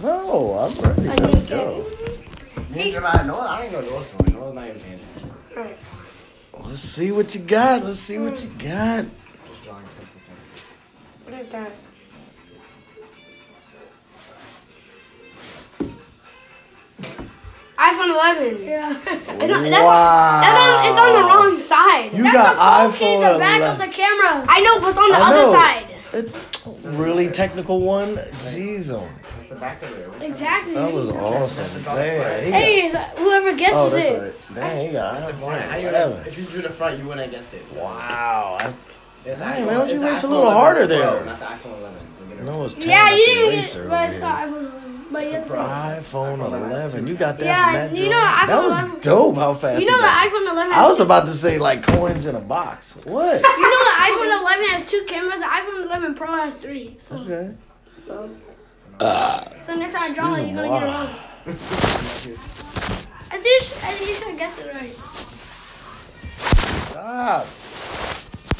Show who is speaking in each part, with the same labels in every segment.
Speaker 1: go. I'm ready.
Speaker 2: Are
Speaker 1: Let's
Speaker 2: you
Speaker 1: go.
Speaker 2: Hey.
Speaker 3: Neither am I. No, I ain't gonna do what's going on. No, not even paying attention.
Speaker 2: Right.
Speaker 1: Let's see what you got. Let's see what you got.
Speaker 3: Just drawing simple things.
Speaker 2: What is that?
Speaker 4: iPhone 11.
Speaker 2: Yeah.
Speaker 4: It's, not, that's
Speaker 1: wow.
Speaker 4: that's on, it's on the wrong side.
Speaker 1: You
Speaker 4: that's
Speaker 1: got
Speaker 4: the full key, the
Speaker 1: iPhone
Speaker 4: back of the
Speaker 1: 11.
Speaker 4: camera. I know, but it's on the
Speaker 1: I
Speaker 4: other
Speaker 1: know.
Speaker 4: side.
Speaker 1: It's really technical one. Jeez, oh,
Speaker 3: That's the back of it. What the-
Speaker 4: Exactly.
Speaker 1: that was awesome. Damn, he got-
Speaker 4: Hey, is- whoever guesses
Speaker 1: oh, that's
Speaker 4: it.
Speaker 1: right. Dang, he got
Speaker 3: That's the
Speaker 1: iPhone
Speaker 3: front. How you gonna,
Speaker 1: 11.
Speaker 3: if you drew the front, you wouldn't have guessed it. So.
Speaker 1: Wow. I-
Speaker 3: It's
Speaker 1: Hey,
Speaker 3: iPhone-
Speaker 1: why don't you
Speaker 3: it's
Speaker 1: race a
Speaker 3: iPhone
Speaker 1: little
Speaker 3: 11
Speaker 1: harder
Speaker 3: Pro,
Speaker 1: there?
Speaker 3: Not the iPhone 11. So get it.
Speaker 1: No, it's
Speaker 4: Yeah, you didn't even
Speaker 1: racer
Speaker 4: get but it's
Speaker 1: over
Speaker 4: not iPhone 11. But yes.
Speaker 3: pro.
Speaker 1: iPhone
Speaker 3: iPhone
Speaker 1: 11. You got that?
Speaker 4: Yeah,
Speaker 1: in that
Speaker 4: you know,
Speaker 1: joint?
Speaker 4: iPhone
Speaker 1: that was
Speaker 4: 11
Speaker 1: dope. How fast?
Speaker 4: You
Speaker 1: it
Speaker 4: know
Speaker 1: got.
Speaker 4: the iPhone 11
Speaker 1: I
Speaker 4: has
Speaker 1: was
Speaker 4: two,
Speaker 1: about to say like coins in a box. What?
Speaker 4: You know the iPhone 11 has two cameras. The iPhone 11 Pro has three. So,
Speaker 1: Okay. Ah,
Speaker 4: so next time I draw it,
Speaker 1: Excuse
Speaker 4: you're gonna
Speaker 1: me,
Speaker 4: get it
Speaker 1: wow.
Speaker 4: wrong. I think you should, I think you should guess it right.
Speaker 1: Stop.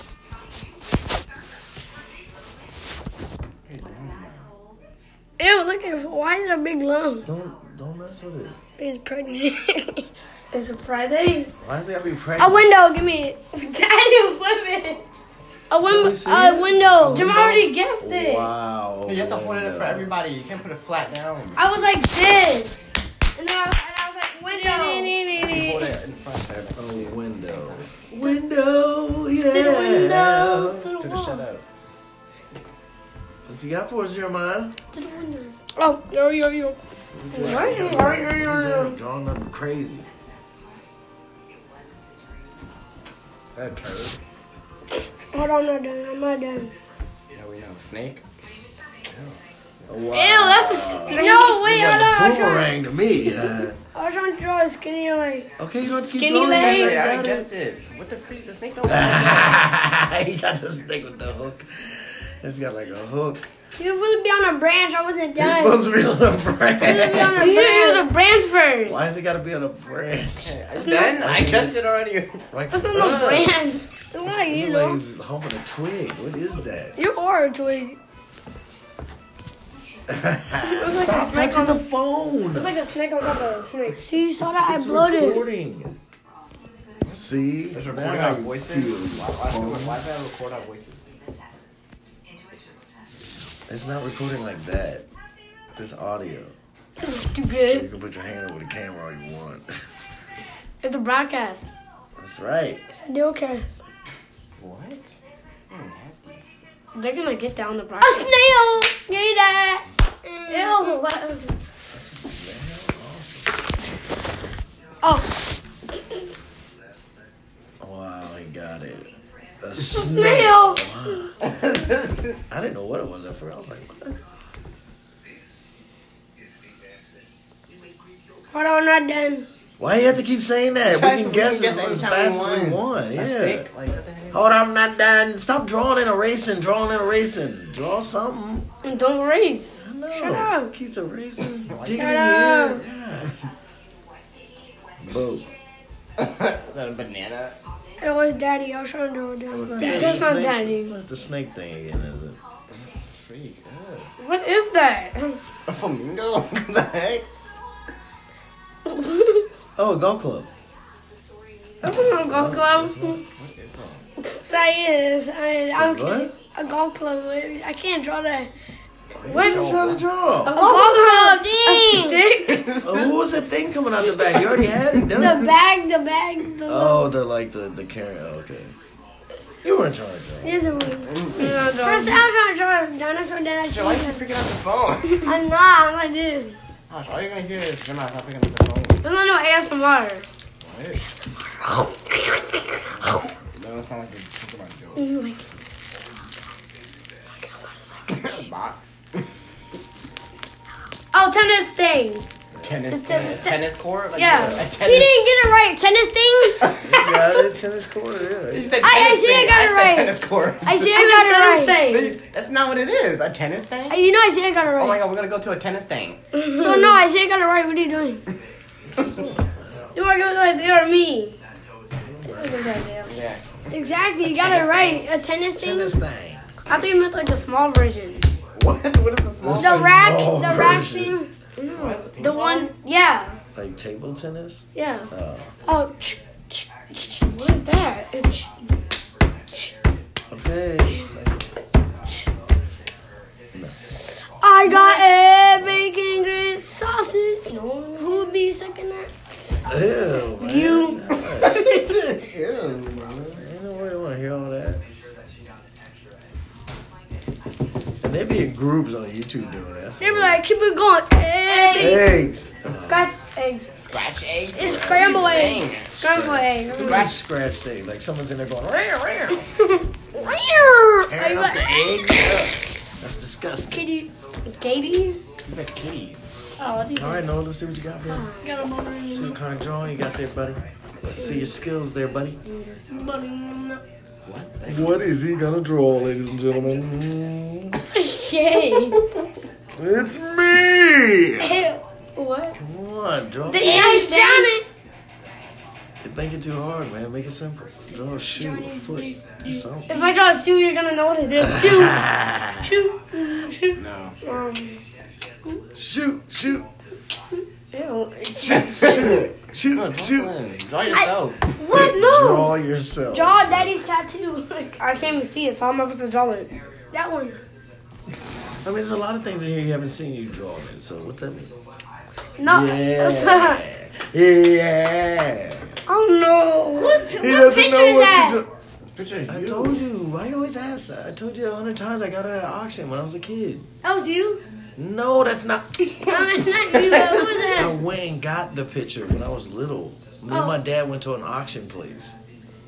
Speaker 4: Ew, look at why is there a big lump?
Speaker 1: Don't don't mess with it.
Speaker 4: He's pregnant. it's a Friday.
Speaker 1: Why does it gotta be
Speaker 4: A
Speaker 1: pregnant?
Speaker 4: window, give me it. Daddy, what is A
Speaker 1: Let me
Speaker 4: window.
Speaker 1: see
Speaker 4: A
Speaker 1: it.
Speaker 4: window.
Speaker 1: Jamal
Speaker 4: already guessed
Speaker 1: Wow.
Speaker 3: You have to hold it up for
Speaker 1: window.
Speaker 3: everybody. You can't put it flat down.
Speaker 4: I was like this, and then I, and I was like window.
Speaker 3: Hold it in front there.
Speaker 1: A Oh, window. Window. Yeah.
Speaker 4: To the windows, to the
Speaker 3: To the
Speaker 4: walls,
Speaker 3: shut up.
Speaker 1: What you got for us, Jeremiah?
Speaker 4: to the windows. Oh, yo, yo, yo.
Speaker 1: Drawing drawing nothing crazy.
Speaker 3: That turd.
Speaker 4: Hold on, I'm not done. I'm not done.
Speaker 3: Yeah, we know. Snake.
Speaker 1: Wow.
Speaker 4: Ew, that's a no. Wait,
Speaker 1: Like
Speaker 4: hold on.
Speaker 1: a
Speaker 4: I was, trying,
Speaker 1: boomerang to me. Uh,
Speaker 4: I was trying to draw a skinny like.
Speaker 1: okay, you don't keep
Speaker 4: Skinny
Speaker 1: drawing.
Speaker 4: leg.
Speaker 1: You
Speaker 3: Hey, I
Speaker 1: got it.
Speaker 3: guessed it. What the freak? The snake don't.
Speaker 1: he got the snake with the hook. It's got like a hook.
Speaker 4: You're supposed to be on a branch. I wasn't
Speaker 1: It's
Speaker 4: done.
Speaker 1: supposed to be on a
Speaker 4: You should
Speaker 1: branch.
Speaker 4: do the branch first.
Speaker 1: Why does it gotta be on a branch?
Speaker 3: Then I guessed it already.
Speaker 1: Like, uh,
Speaker 4: That's not my
Speaker 1: ugh.
Speaker 4: brand. It's not you,
Speaker 1: Look like
Speaker 4: know.
Speaker 1: he's humping a twig. What is that?
Speaker 4: You are a twig. like
Speaker 1: Stop
Speaker 4: a snake
Speaker 1: touching
Speaker 4: on
Speaker 1: the phone.
Speaker 4: It's like a snake on top of a snake. See, you saw that? I bloated.
Speaker 1: recording. See?
Speaker 3: It's
Speaker 1: Now
Speaker 3: recording
Speaker 1: how
Speaker 3: our
Speaker 1: you
Speaker 3: voices.
Speaker 1: feel.
Speaker 3: Why, why, why did I record our voices?
Speaker 1: It's not recording like that. It's audio.
Speaker 4: It's
Speaker 1: So you
Speaker 4: stupid.
Speaker 1: can put your hand over the camera all you want.
Speaker 4: It's a broadcast.
Speaker 1: That's right.
Speaker 4: It's a dealcast.
Speaker 3: What? Hmm, nasty.
Speaker 4: They're gonna get down the broadcast. A snail! Yay, that! Ew, what? Oh,
Speaker 1: Wow, he got it. A
Speaker 4: snail!
Speaker 1: I didn't know what it was at first. I was like, what?
Speaker 4: Hold on, I'm not done.
Speaker 1: why you have to keep saying that? We can
Speaker 3: We
Speaker 1: guess as,
Speaker 3: anytime
Speaker 1: as
Speaker 3: we
Speaker 1: fast as we want.
Speaker 3: A
Speaker 1: Yeah.
Speaker 3: snake? Like, what the heck?
Speaker 1: Hold on, I'm not done. Stop drawing and erasing. Drawing and erasing. Draw something.
Speaker 4: And Don't race.
Speaker 1: I know.
Speaker 4: Shut up.
Speaker 1: Keeps erasing.
Speaker 4: Shut
Speaker 1: Digging in the
Speaker 4: up.
Speaker 1: air. Yeah. Boo.
Speaker 3: Is that a banana?
Speaker 4: It was daddy. I was trying to do it.
Speaker 3: was
Speaker 1: That's
Speaker 4: Just
Speaker 1: the
Speaker 4: on
Speaker 1: snake-
Speaker 4: daddy.
Speaker 1: It's not the snake thing again, is it?
Speaker 3: Freak. Ugh.
Speaker 4: What is that?
Speaker 3: A flamingo? what the heck?
Speaker 1: Oh, golf club.
Speaker 4: I'm a golf club.
Speaker 3: What is that?
Speaker 4: So I is. I, I'm
Speaker 1: what?
Speaker 4: a golf club. I can't draw that.
Speaker 1: What are you trying to draw?
Speaker 4: A golf club. A stick.
Speaker 1: Oh, what was that thing coming out the back? You already had it, done.
Speaker 4: The bag, the bag, the
Speaker 1: Oh, the like the the carrot. Oh, okay. You weren't trying to draw.
Speaker 4: This one. First, I was trying to draw a dinosaur, then I
Speaker 3: Joe, why
Speaker 4: changed
Speaker 3: you keep
Speaker 4: it.
Speaker 3: picking up the phone?
Speaker 4: I'm not, I'm like this.
Speaker 3: Gosh, all you're gonna hear is Jim not picking up the phone.
Speaker 4: There's not no ASMR.
Speaker 3: That don't sound like you're talking about Joe. Box?
Speaker 4: Oh, tennis thing.
Speaker 3: Tennis,
Speaker 4: It's a-
Speaker 3: tennis,
Speaker 4: it's a-
Speaker 3: tennis court? Like
Speaker 4: Yeah.
Speaker 3: A
Speaker 4: He didn't get it right. Tennis thing?
Speaker 1: You got it, tennis court. Yeah.
Speaker 3: You said
Speaker 4: I- I
Speaker 3: tennis
Speaker 4: see, I
Speaker 3: thing.
Speaker 4: got it
Speaker 3: said
Speaker 4: right.
Speaker 3: tennis court.
Speaker 4: I see I got it right.
Speaker 3: See, That's not what it is. A tennis thing?
Speaker 4: Uh, You know I see I got it
Speaker 3: Oh my
Speaker 4: right.
Speaker 3: god, we're gonna go to a tennis thing.
Speaker 4: So no, I see I got it right. What are you doing? You are doing right there, me.
Speaker 3: Yeah.
Speaker 4: Exactly, you got it right. A tennis thing.
Speaker 1: Tennis thing.
Speaker 4: I think it meant like the small version.
Speaker 3: What? What is the small
Speaker 1: This-
Speaker 4: The rack,
Speaker 1: Small
Speaker 4: the rack
Speaker 1: version.
Speaker 4: thing. No. The one, yeah,
Speaker 1: Like table tennis?
Speaker 4: yeah.
Speaker 1: Oh,
Speaker 4: Oh, ch- ch- ch- ch- what is that? It's-
Speaker 1: okay.
Speaker 4: I got a bacon great sausage. Who would be second that?
Speaker 1: Ew, man.
Speaker 4: You-
Speaker 1: Nice.
Speaker 3: Ew, mama.
Speaker 1: Ain't nobody want to hear all that. And they be in groups on YouTube doing that.
Speaker 4: They were like, keep it going. Eggs.
Speaker 1: Eggs.
Speaker 4: Scratch eggs.
Speaker 3: Scratch egg.
Speaker 4: It's scrambled egg.
Speaker 3: Dang.
Speaker 4: Scrambled egg.
Speaker 1: Scratch, scratch thing. Like someone's in there going, rare, rare.
Speaker 4: Are
Speaker 1: Tearing
Speaker 4: you
Speaker 1: up the
Speaker 4: like,
Speaker 1: egg. Ugh, That's disgusting.
Speaker 4: Katie? Katie?
Speaker 3: He's a kitty.
Speaker 2: Oh, these
Speaker 1: All right, Noah, let's see what you got, bro.
Speaker 2: got a money.
Speaker 1: See what kind of drawing you got there, buddy. Let's see your skills there, buddy. What is he gonna draw, ladies and gentlemen? Mm,
Speaker 4: Yay.
Speaker 1: It's me!
Speaker 4: what?
Speaker 1: Come on, draw.
Speaker 4: The egg, Johnny.
Speaker 1: Make it too hard, man. Make it simple. Draw a shoe, a foot, do something.
Speaker 4: If I draw a shoe, you're gonna know what it is. Shoe. Shoe. Shoe.
Speaker 3: No.
Speaker 4: Um,
Speaker 1: Shoot, shoot,
Speaker 4: ew.
Speaker 1: shoot, shoot, shoot.
Speaker 3: Shoot. Draw yourself.
Speaker 4: What? No.
Speaker 1: Draw yourself.
Speaker 4: Draw daddy's tattoo. I can't even see it, so I'm supposed to draw it. That one.
Speaker 1: I mean, there's a lot of things in here you haven't seen you draw, man. So what's that mean?
Speaker 4: No.
Speaker 1: Yeah. Yeah.
Speaker 4: Oh no. What,
Speaker 1: He doesn't know what to do.
Speaker 3: Picture you.
Speaker 1: I told you. Why you always ask that? I told you a hundred times I got it at an auction when I was a kid.
Speaker 4: That was you?
Speaker 1: No, that's not.
Speaker 4: I mean, not you. That was
Speaker 1: I
Speaker 4: that.
Speaker 1: went and got the picture when I was little. Me and
Speaker 4: Oh.
Speaker 1: my dad went to an auction place.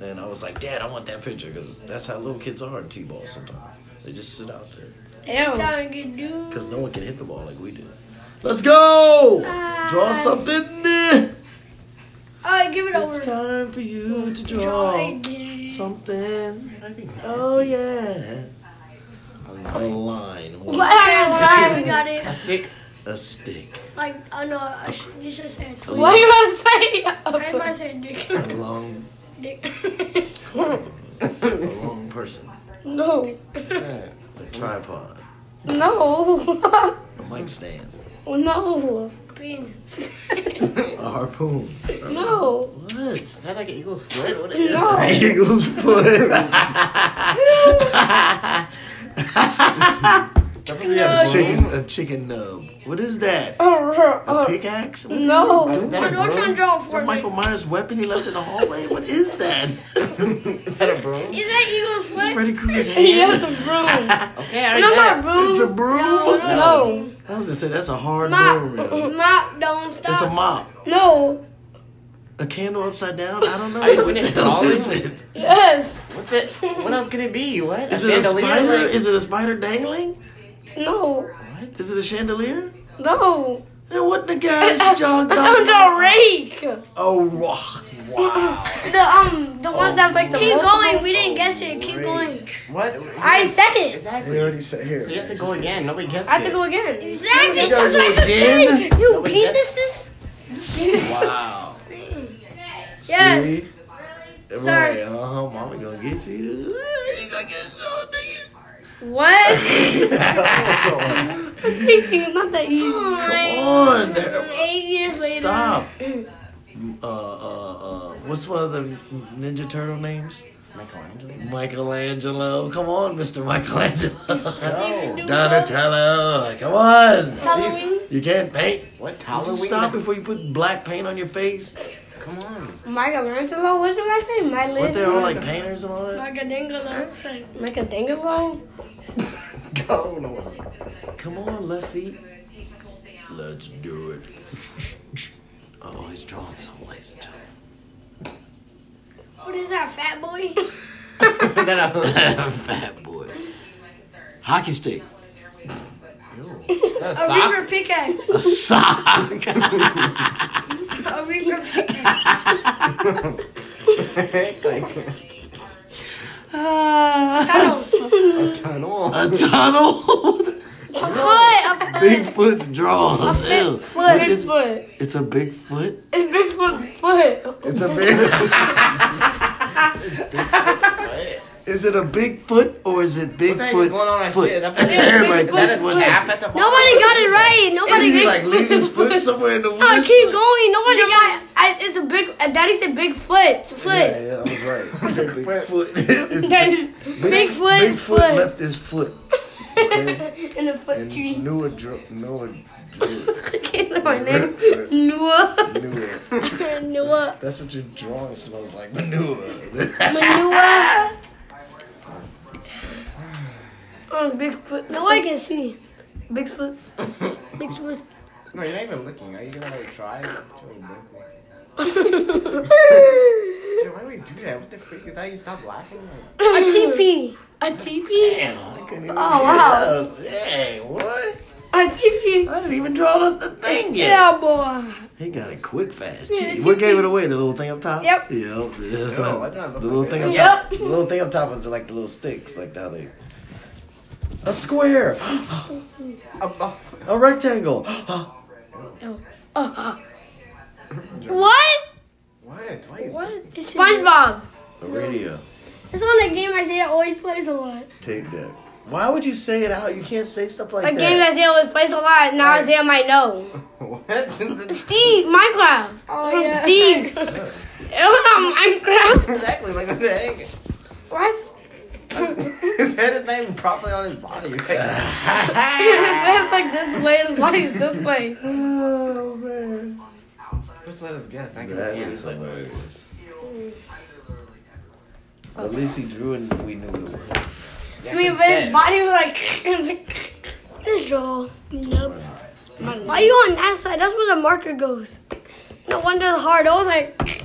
Speaker 1: And I was like, Dad, I want that picture because that's how little kids are in T-ball sometimes. They just sit out there
Speaker 4: Ew.
Speaker 1: because no one can hit the ball like we do. Let's go!
Speaker 4: Ah.
Speaker 1: Draw something.
Speaker 4: Alright, give it
Speaker 1: It's
Speaker 4: over.
Speaker 1: time for you to draw
Speaker 4: Drawing it.
Speaker 1: something. Oh, yeah. A
Speaker 4: What?
Speaker 1: line.
Speaker 4: Why we got it?
Speaker 3: A stick.
Speaker 1: A stick.
Speaker 5: Like, oh no, I sh- you should say it.
Speaker 1: A
Speaker 2: What you gonna say?
Speaker 5: I might say dick.
Speaker 1: A long,
Speaker 5: dick.
Speaker 1: a long person.
Speaker 4: No.
Speaker 1: A tripod.
Speaker 4: No.
Speaker 1: A mic stand.
Speaker 4: no.
Speaker 5: Penis.
Speaker 1: A harpoon.
Speaker 4: No.
Speaker 1: What?
Speaker 3: Is that like an eagle's foot? What is
Speaker 4: No.
Speaker 1: An eagle's foot.
Speaker 3: that?
Speaker 1: chicken. A chicken nub. What is that? A
Speaker 4: Oh.
Speaker 1: pickaxe? What are you
Speaker 4: No.
Speaker 1: doing?
Speaker 3: Is that a broom?
Speaker 4: draw
Speaker 1: Is that Michael Myers' weapon he left in the hallway? What is that? Is
Speaker 3: Is that a broom?
Speaker 4: that eagle's
Speaker 1: this Freddy Krueger's hand?
Speaker 4: He has a broom.
Speaker 3: Okay, I already
Speaker 4: No, not a
Speaker 3: got it.
Speaker 4: broom.
Speaker 1: It's a broom.
Speaker 4: No.
Speaker 1: I was gonna say that's a hard broom. you
Speaker 4: Mop.
Speaker 1: know.
Speaker 4: Mop. Don't
Speaker 1: It's a
Speaker 4: stop.
Speaker 1: mop.
Speaker 4: No.
Speaker 1: A candle upside down? I don't know.
Speaker 3: Are you
Speaker 1: what the
Speaker 3: finished
Speaker 1: hell is
Speaker 3: drawing?
Speaker 1: it?
Speaker 4: Yes.
Speaker 3: What the? What else could it be? What?
Speaker 1: Is it a
Speaker 3: chandelier?
Speaker 1: spider?
Speaker 3: Like-
Speaker 1: Is it a spider dangling?
Speaker 4: No.
Speaker 1: Is it a chandelier?
Speaker 4: No.
Speaker 1: And what the guy's jog
Speaker 4: I'm a rake.
Speaker 1: Oh, wow. wow.
Speaker 4: The um the ones that break the
Speaker 5: Keep
Speaker 4: multiple-
Speaker 5: going, we didn't guess it. Keep going.
Speaker 3: What?
Speaker 4: I said it.
Speaker 1: We
Speaker 3: Exactly.
Speaker 1: already said here.
Speaker 3: So you have to go again. Nobody guessed
Speaker 4: I have
Speaker 3: it.
Speaker 4: to go again.
Speaker 5: Exactly.
Speaker 1: gotta go again?
Speaker 4: You
Speaker 3: Nobody gets-
Speaker 1: Wow.
Speaker 4: Yeah.
Speaker 1: See?
Speaker 4: Sorry.
Speaker 1: Right. Uh huh. Mama gonna get you. You gonna get your nigga.
Speaker 4: What?
Speaker 1: Come
Speaker 4: Not that easy.
Speaker 1: on. there.
Speaker 4: Eight years later.
Speaker 1: Stop. Uh, uh, uh, what's one of the Ninja Turtle names?
Speaker 3: Michelangelo.
Speaker 1: Michelangelo. Come on, Mr. Michelangelo.
Speaker 3: No.
Speaker 1: Donatello. Come on.
Speaker 4: Halloween.
Speaker 1: You can't paint.
Speaker 3: What?
Speaker 1: Just
Speaker 3: Halloween?
Speaker 1: stop before you put black paint on your face.
Speaker 3: Come on.
Speaker 4: Michelangelo. What should I say? My
Speaker 1: Weren't
Speaker 4: list.
Speaker 1: they all like painters and all that?
Speaker 5: Like a dingle, I'm saying.
Speaker 4: Michelangelo.
Speaker 3: Go. No.
Speaker 1: Come on, left feet. Let's do it. Oh, he's drawing something, ladies and
Speaker 5: What is that, fat boy?
Speaker 3: Is that a?
Speaker 1: gentlemen. Fat boy. Hockey stick.
Speaker 3: Is that a
Speaker 5: A
Speaker 3: sock?
Speaker 5: reaper pickaxe.
Speaker 1: A sock.
Speaker 5: A reaper pickaxe.
Speaker 3: like a tunnel.
Speaker 1: a tunnel.
Speaker 5: A foot. A foot.
Speaker 1: Bigfoot's draws. Ew.
Speaker 4: Foot.
Speaker 1: It's,
Speaker 4: Bigfoot.
Speaker 1: it's a big foot.
Speaker 4: It's Bigfoot foot.
Speaker 1: It's a big.
Speaker 3: What?
Speaker 1: is it a big foot or is it
Speaker 3: What the heck is
Speaker 1: Bigfoot's
Speaker 3: going on right
Speaker 1: foot?
Speaker 3: here? Is that-
Speaker 1: Everybody
Speaker 3: Is that a
Speaker 1: thinks what-
Speaker 3: staff at the bottom?
Speaker 5: Nobody got it right. Nobody
Speaker 1: He's
Speaker 5: got
Speaker 1: like leave his foot somewhere in the woods.
Speaker 4: No, Oh, keep going. Nobody got. I, it's a big. uh, Daddy said big foot. It's a foot.
Speaker 1: Yeah, yeah, I was right. It's a big foot. It's
Speaker 4: Daddy- Bigfoot,
Speaker 1: Bigfoot
Speaker 4: foot.
Speaker 1: left his foot. Okay?
Speaker 4: In the foot
Speaker 1: And
Speaker 4: tree.
Speaker 1: Noah drew. Noah drew.
Speaker 4: I can't know my name. Noah.
Speaker 1: Noah.
Speaker 4: Noah.
Speaker 1: That's what your drawing smells like. Manure.
Speaker 4: Manua. Oh, Bigfoot. No, I can see. Bigfoot. Bigfoot.
Speaker 3: No, you're not even looking. Are you gonna like try? Joey Berkeley. Dude, why do we do that? What the freak? Is that how you stop laughing? Like,
Speaker 4: A TP.
Speaker 2: A teepee?
Speaker 1: oh
Speaker 4: wow.
Speaker 1: Hey, what?
Speaker 2: A teepee.
Speaker 1: I didn't even draw the, the thing yet.
Speaker 4: Yeah, boy.
Speaker 1: He got it quick, fast. too. what gave it away? The little thing up top.
Speaker 4: Yep.
Speaker 1: Yep. That's
Speaker 3: Ew,
Speaker 1: what-
Speaker 3: why did I look
Speaker 1: the little
Speaker 3: like
Speaker 1: thing
Speaker 3: that?
Speaker 1: up top. The little thing up top was like the little sticks, like how they. A square.
Speaker 3: a box.
Speaker 1: A rectangle.
Speaker 4: What?
Speaker 3: What? Why you?
Speaker 2: What?
Speaker 4: SpongeBob.
Speaker 1: a radio.
Speaker 4: This one that game Isaiah always plays a lot.
Speaker 1: Tape deck. Why would you say it out? You can't say stuff like
Speaker 4: A
Speaker 1: that.
Speaker 4: game that Isaiah always plays a lot. Now
Speaker 3: Right.
Speaker 4: Isaiah might know.
Speaker 3: What?
Speaker 4: Steve, Minecraft.
Speaker 5: Oh,
Speaker 4: From
Speaker 5: yeah.
Speaker 4: Steve. Oh, Minecraft.
Speaker 3: exactly. Like what the heck?
Speaker 4: What?
Speaker 3: His head is not even properly on his body. He's like,
Speaker 4: his head's like this way, his body's this way.
Speaker 1: oh man.
Speaker 3: just let us guess. I can
Speaker 1: That
Speaker 3: see
Speaker 1: is
Speaker 3: it.
Speaker 1: hilarious. At least he drew and we knew what it was.
Speaker 3: Yeah,
Speaker 4: I mean,
Speaker 3: his
Speaker 4: but
Speaker 3: head.
Speaker 4: his body was like, it was like this draw. Nope. Why you on that side? That's where the marker goes. No wonder the hard. I was like,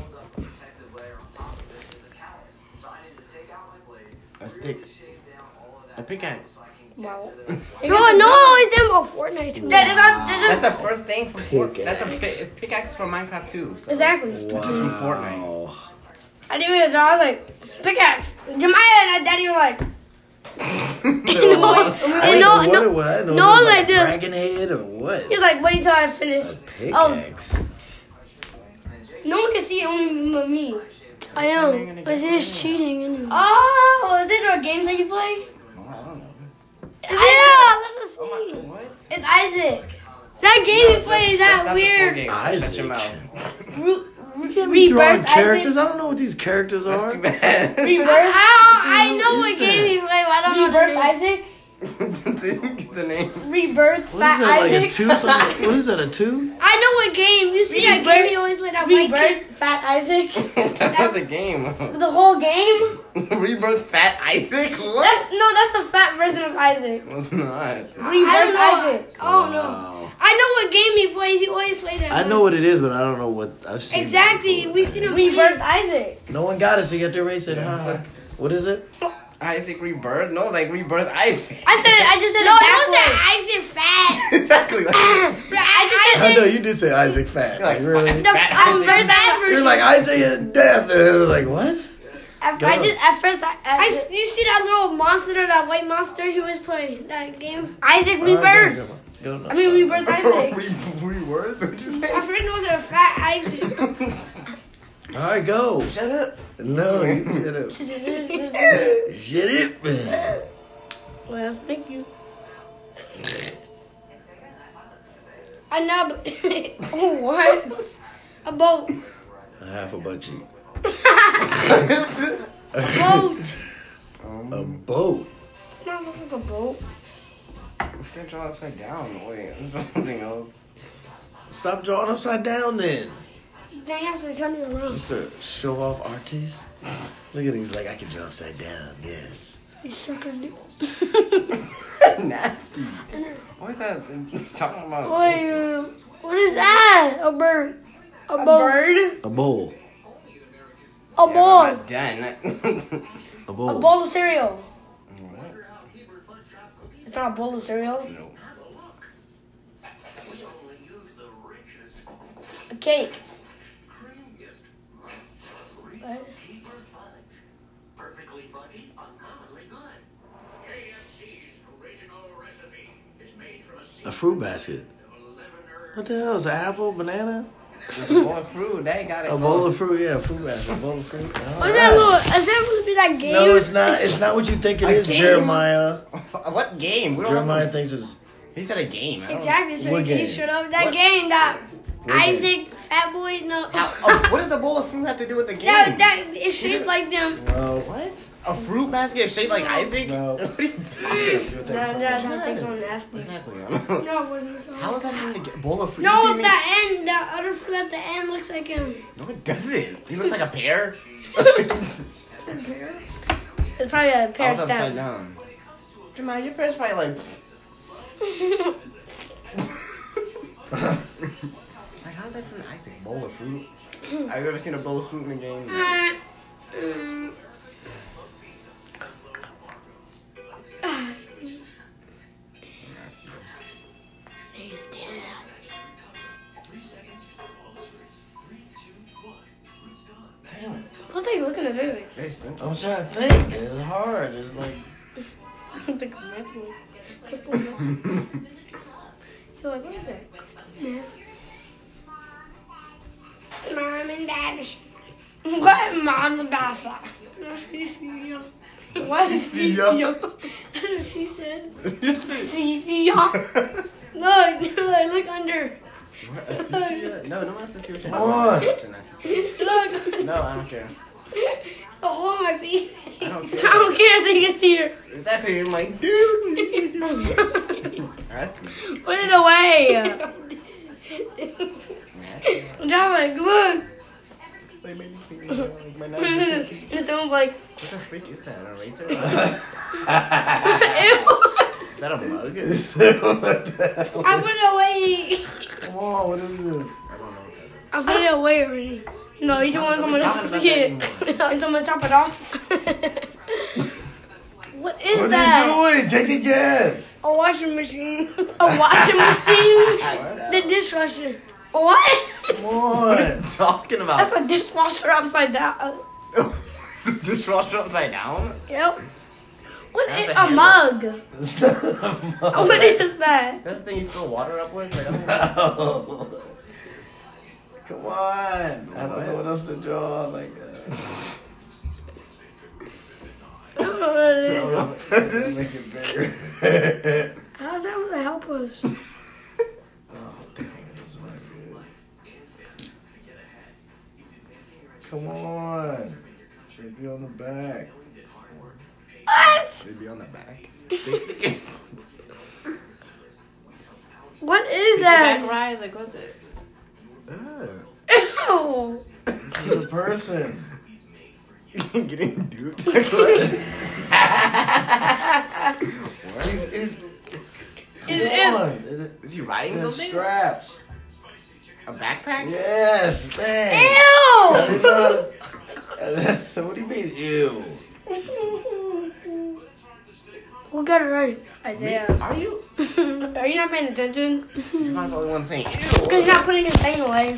Speaker 3: A stick. A pickaxe.
Speaker 4: wow. No, no, it's them on Fortnite too. That is not,
Speaker 3: That's the first thing from Fortnite.
Speaker 1: Pickaxe.
Speaker 3: That's a pick, it's pickaxe from Minecraft too. So.
Speaker 4: exactly.
Speaker 3: From Fortnite.
Speaker 4: I didn't even draw. I was like, pickaxe. Jemiah and I, daddy were like,
Speaker 3: no.
Speaker 1: I
Speaker 4: and no,
Speaker 1: didn't know
Speaker 4: no.
Speaker 1: what it was. I didn't know
Speaker 4: no,
Speaker 1: it was
Speaker 4: like
Speaker 1: like
Speaker 4: the-
Speaker 1: dragon head or what?
Speaker 4: He's like, wait till I finish.
Speaker 1: A pickaxe.
Speaker 4: oh, No one can see it, only me.
Speaker 5: I know. Isaiah's cheating. Anyway.
Speaker 4: Oh, is it a game that you play?
Speaker 3: I don't know.
Speaker 4: Yeah, let us see.
Speaker 3: What?
Speaker 4: It's Isaac. That game you play is
Speaker 3: That's
Speaker 4: that
Speaker 3: not the full
Speaker 4: weird
Speaker 3: game. Shut your
Speaker 1: Isaac.
Speaker 3: mouth.
Speaker 4: ru-
Speaker 1: We drawing
Speaker 4: rebirth
Speaker 1: characters.
Speaker 4: Isaac.
Speaker 1: I don't know what these characters
Speaker 3: That's too
Speaker 1: are.
Speaker 3: bad.
Speaker 4: I, I know what
Speaker 1: Is
Speaker 4: game
Speaker 1: that-
Speaker 4: you play, but I don't
Speaker 5: Rebirth
Speaker 4: know Isaac.
Speaker 3: Didn't get the name.
Speaker 4: Rebirth
Speaker 1: What is
Speaker 4: Fat
Speaker 1: that like a
Speaker 4: Isaac.
Speaker 1: tooth? on- What is that a tooth?
Speaker 4: I know what game. You see that game you always play that white kid, Fat Isaac.
Speaker 3: That's not the game.
Speaker 4: The whole game?
Speaker 3: Rebirth Fat Isaac? What?
Speaker 4: That's, no, that's the fat version of Isaac.
Speaker 3: It was not.
Speaker 4: Rebirth
Speaker 5: don't know.
Speaker 4: Isaac. Oh no.
Speaker 1: Wow.
Speaker 4: I know what game he plays. He always plays that.
Speaker 1: I
Speaker 4: one.
Speaker 1: know what it is, but I don't know what I've seen. it
Speaker 4: Exactly.
Speaker 1: before.
Speaker 4: We seen him Rebirth Isaac.
Speaker 1: No one got it, so you have to erase it. Huh? What is it?
Speaker 3: Isaac Rebirth? No, like Rebirth Isaac.
Speaker 4: I said. I just said. No, don't say Isaac fat.
Speaker 3: exactly. Like, you're
Speaker 4: I just
Speaker 1: I know you did say Isaac Fat. Like,
Speaker 3: like
Speaker 1: really?
Speaker 4: The,
Speaker 3: Fat
Speaker 4: um,
Speaker 3: Isaac.
Speaker 4: there's that version.
Speaker 1: You're like Isaiah Death, and it was like what?
Speaker 4: At-
Speaker 1: Go.
Speaker 4: I just at first I, I s- you see that little monster, that white monster he was playing that game. Isaac Rebirth.
Speaker 1: Go, go, go.
Speaker 4: I mean Rebirth Isaac.
Speaker 3: Re- Rebirth? What'd you
Speaker 4: My
Speaker 3: say?
Speaker 4: friend was a fat Isaac.
Speaker 1: All right, go.
Speaker 3: Shut up.
Speaker 1: No, you shut up. Shut it.
Speaker 4: well, thank you. I know. But oh, what? A boat.
Speaker 1: Half a butt cheek.
Speaker 4: Boat.
Speaker 3: um,
Speaker 1: A boat.
Speaker 4: It's not looking like a boat.
Speaker 3: I'm gonna draw upside down. Wait, I'm drawing something else.
Speaker 1: Stop drawing upside down then.
Speaker 4: Dang, I have to turn it around.
Speaker 1: Mr. Show off artist. Look at him. He's like, I can draw upside down. Yes.
Speaker 4: You sucker. dude.
Speaker 3: Nasty. What is that thing talking about?
Speaker 4: Wait, uh, what is that? A bird. A, boat. bird?
Speaker 1: A bowl.
Speaker 4: A
Speaker 3: Yeah,
Speaker 4: ball.
Speaker 3: I'm not done.
Speaker 1: A bowl.
Speaker 4: A bowl of cereal.
Speaker 3: What?
Speaker 4: It's not a bowl of cereal.
Speaker 3: No.
Speaker 4: A cake.
Speaker 6: Perfectly fudgy, uncommonly good. KFC's original recipe is made from a seed
Speaker 1: A fruit basket.
Speaker 6: of 11 herbs.
Speaker 1: What the hell is an apple, banana?
Speaker 3: It's a bowl of fruit. They got it.
Speaker 1: A bowl of fruit. Yeah, a fruit basket. A bowl of fruit. All
Speaker 4: What's that
Speaker 1: right.
Speaker 4: little? Is that supposed to be that game?
Speaker 1: No, it's not. It's not what you think it is,
Speaker 3: game.
Speaker 1: Jeremiah.
Speaker 3: what game? We don't
Speaker 1: Jeremiah thinks it's
Speaker 3: He said a game. I don't-
Speaker 5: Exactly. So
Speaker 1: What
Speaker 5: you
Speaker 1: game?
Speaker 5: showed up that
Speaker 3: What-
Speaker 5: game that
Speaker 1: What game?
Speaker 5: Isaac Fat Boy no.
Speaker 3: How- oh, what does a bowl of fruit have to do with the game?
Speaker 5: that that is shaped like them.
Speaker 1: No.
Speaker 3: what? A fruit basket shaped like Isaac?
Speaker 1: No.
Speaker 3: What are you
Speaker 1: You're
Speaker 3: talking
Speaker 1: thinking
Speaker 5: That,
Speaker 1: something.
Speaker 5: that's how things are nasty.
Speaker 3: Exactly. I don't know.
Speaker 5: No, it wasn't. So.
Speaker 3: How is that from the g- bowl of fruit? You
Speaker 5: No,
Speaker 3: see me-
Speaker 5: that end, that other fruit at the end looks like him.
Speaker 3: No, it doesn't. He looks like a pear.
Speaker 5: It's probably a
Speaker 3: I
Speaker 5: pear
Speaker 3: was upside
Speaker 5: stem.
Speaker 3: down. Jamal, your pear's probably like. like, how is that from Isaac? Bowl of fruit? I've never seen a bowl of fruit in a game.
Speaker 5: Uh, mm, what are you looking at, is
Speaker 3: Hey, thank you.
Speaker 1: I'm trying to think. It's hard. It's like
Speaker 5: it? The microwave. What's going on? So like, what is it? Yes. Mom and dad. are sh- What mom and dad saw? No, she see you. What is she see
Speaker 3: ya.
Speaker 5: you? She said, she see you. Look, look, look under.
Speaker 3: What, a CC? No, no one has to see what you're
Speaker 1: Come on.
Speaker 3: doing. Come
Speaker 5: Look.
Speaker 3: No, I don't care.
Speaker 5: The hole in my feet.
Speaker 3: I don't
Speaker 5: I
Speaker 3: care.
Speaker 5: don't care so you can see her.
Speaker 3: Is that for you? I'm like, dude. That's
Speaker 7: Put it away.
Speaker 3: nasty.
Speaker 5: Drama, come on.
Speaker 3: They made me think like my nose is-
Speaker 5: And it's almost like,
Speaker 3: What the freak is that? An eraser?
Speaker 5: ew.
Speaker 3: Is that a mug?
Speaker 1: what the hell?
Speaker 5: I put it away.
Speaker 1: Come on, what is this?
Speaker 3: I don't know. what that is.
Speaker 5: I put it away already. No, you don't want
Speaker 3: We're
Speaker 5: someone
Speaker 3: not
Speaker 5: to
Speaker 3: talking about
Speaker 5: see
Speaker 3: that
Speaker 5: it. And someone chop it off. what is
Speaker 1: What
Speaker 5: that?
Speaker 1: are you doing? Take a guess.
Speaker 5: A washing machine. A washing machine? the dishwasher.
Speaker 7: what?
Speaker 1: Come on.
Speaker 3: Talking
Speaker 5: That's
Speaker 3: about
Speaker 5: a dishwasher upside down.
Speaker 3: dishwasher upside down?
Speaker 5: Yep.
Speaker 7: What
Speaker 3: That's
Speaker 7: is
Speaker 3: a
Speaker 7: a,
Speaker 3: handle.
Speaker 7: mug?
Speaker 1: what
Speaker 7: What is that?
Speaker 3: That's the thing you fill water up with? Like, I don't know.
Speaker 1: No. Come on. I don't know what else to draw like uh, that.
Speaker 5: I don't know what it is.
Speaker 1: Make it bigger.
Speaker 5: How's that gonna help us?
Speaker 1: oh, dang, this is not good. Come on. Should be on the back.
Speaker 5: What?
Speaker 3: It'd be on the back.
Speaker 5: What is that?
Speaker 3: rise, like, what's it? Ugh.
Speaker 5: Ew.
Speaker 1: It's Ah, a person.
Speaker 3: Getting duped. Like, what?
Speaker 1: He's, he's,
Speaker 5: is-
Speaker 1: come on. It-
Speaker 3: Is he riding
Speaker 1: There's
Speaker 3: something?
Speaker 1: straps.
Speaker 3: a backpack?
Speaker 1: Yes, thanks.
Speaker 5: Ew.
Speaker 1: It's not- what do you mean, ew?
Speaker 5: Who got it right?
Speaker 7: Isaiah.
Speaker 3: Are you?
Speaker 5: Are you not paying attention?
Speaker 3: You're not the only one saying.
Speaker 5: Because you're not putting your thing away.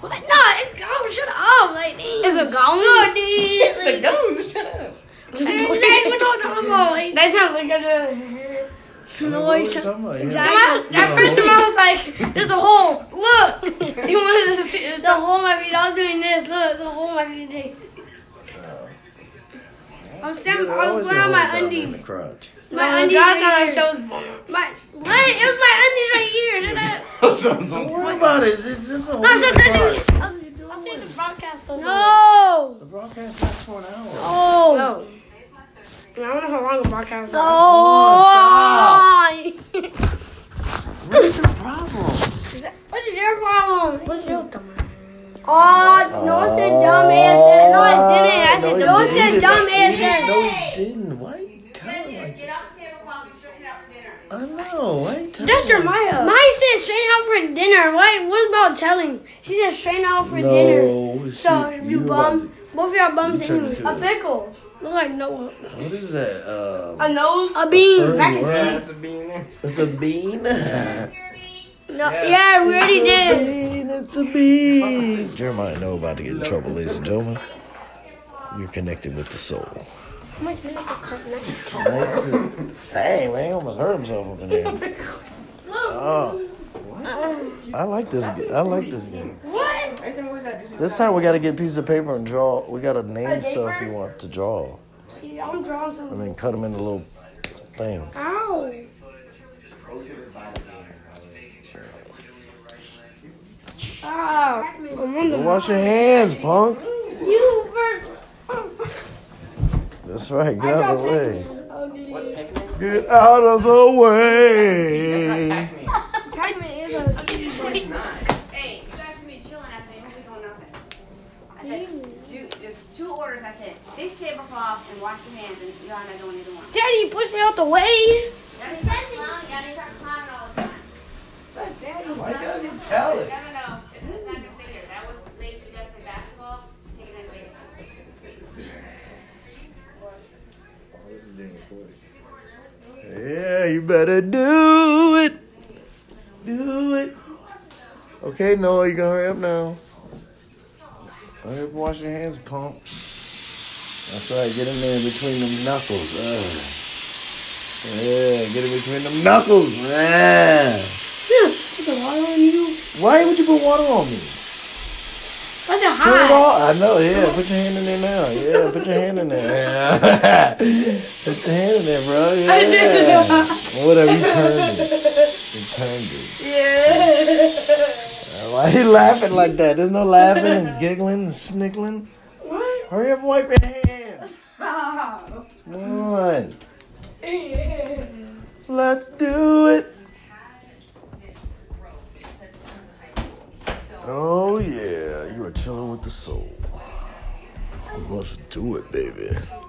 Speaker 5: What? No, it's gone. Shut up. Like, is it gone? No, dude.
Speaker 3: Like, no, shut up.
Speaker 5: That's how look at it.
Speaker 1: I mean,
Speaker 5: No,
Speaker 1: what
Speaker 5: I
Speaker 1: were you
Speaker 5: shut-
Speaker 1: talking about?
Speaker 5: Jamal-
Speaker 1: Yeah.
Speaker 5: At first, Jamal was like, "There's a hole. Look." He wanted to see the hole in my feet. I was doing this. Look, the hole in my feet. I'm standing.
Speaker 1: There's
Speaker 5: I
Speaker 1: always
Speaker 5: was
Speaker 1: a
Speaker 5: wearing
Speaker 1: hole
Speaker 5: my
Speaker 1: down in
Speaker 5: undies.
Speaker 1: the crotch.
Speaker 5: My undies right here. My what? It was my undies right here. Shut up.
Speaker 1: Don't worry about it. It's it's just a hole in
Speaker 5: stop
Speaker 1: the
Speaker 5: touching
Speaker 1: crotch.
Speaker 5: No.
Speaker 1: The broadcast lasts for an hour.
Speaker 5: Oh. No. I don't know how long the broadcast. No.
Speaker 3: What's your problem?
Speaker 5: What is your problem? What's your dumb Oh, no, it's a dumb ASL. No, I didn't. I said, no, it's a dumb ASL.
Speaker 1: No, he didn't. Why you telling like that? I know. Why you telling
Speaker 7: That's your
Speaker 1: like
Speaker 7: Maya.
Speaker 5: Mine says straight out for dinner. What, what about telling? She said straight out for
Speaker 1: no,
Speaker 5: dinner.
Speaker 1: she-
Speaker 5: So, you,
Speaker 1: were about
Speaker 5: bums. Both of y'all bums
Speaker 1: you turned
Speaker 5: anyways.
Speaker 1: into
Speaker 5: A
Speaker 1: a-
Speaker 5: pickle. Look like no.
Speaker 1: to- What is that? Um,
Speaker 5: A nose. A
Speaker 1: furry
Speaker 5: bean. Mac and
Speaker 1: worm?
Speaker 5: cheese.
Speaker 3: That's a bean there.
Speaker 1: It's a bean. We
Speaker 5: No, yeah, we already did.
Speaker 1: It's a bean. Jeremiah, know about to get in trouble, ladies and gentlemen. You're connected with the soul. Dang, man, he almost hurt himself up in here. Oh. I like this. ga- I like this game.
Speaker 5: What?
Speaker 1: This time we got to get a piece of paper and draw. We got to name stuff you want to draw,
Speaker 5: See, I'm drawing
Speaker 1: and
Speaker 5: some.
Speaker 1: then cut them into little things.
Speaker 5: Ow.
Speaker 2: Stop.
Speaker 1: Go wash your hands, punk.
Speaker 2: You first.
Speaker 1: That's right. Get out of the way. Get out of the way.
Speaker 8: Hey, you guys can be chilling after you have to go nothing. I said, two, there's two orders. I said, this tablecloth and wash your hands, and y'all not doing either one.
Speaker 4: Daddy, push me out the way.
Speaker 8: Y'all need to stop clowning. Y'all need to stop clowning all the time.
Speaker 3: Why can't you tell
Speaker 8: No, no, no. It's, it's not gonna sit here. That was late for just for basketball. Take it in the basement.
Speaker 1: Yeah, you better do it. Do it. Okay, Noah, you gotta hurry up now. Hurry up and wash your hands, punk. That's right. Get in there between them knuckles. Ugh. Yeah, get in between them knuckles. Yeah. Why would you put water on me?
Speaker 2: What's it
Speaker 1: Turn it
Speaker 2: hot?
Speaker 1: on. I know. Yeah, put your hand in there now. Yeah, put your hand in there. Yeah. put your hand in there, bro. Yeah. I
Speaker 2: didn't
Speaker 1: know. Whatever. You turned it. You turned it. Yeah. Why you laughing like that? There's no laughing and giggling and snickling.
Speaker 2: What?
Speaker 1: Hurry up, and wipe your hands. Come on. Let's do it. Oh yeah, you are chilling with the soul. Let's do it, baby.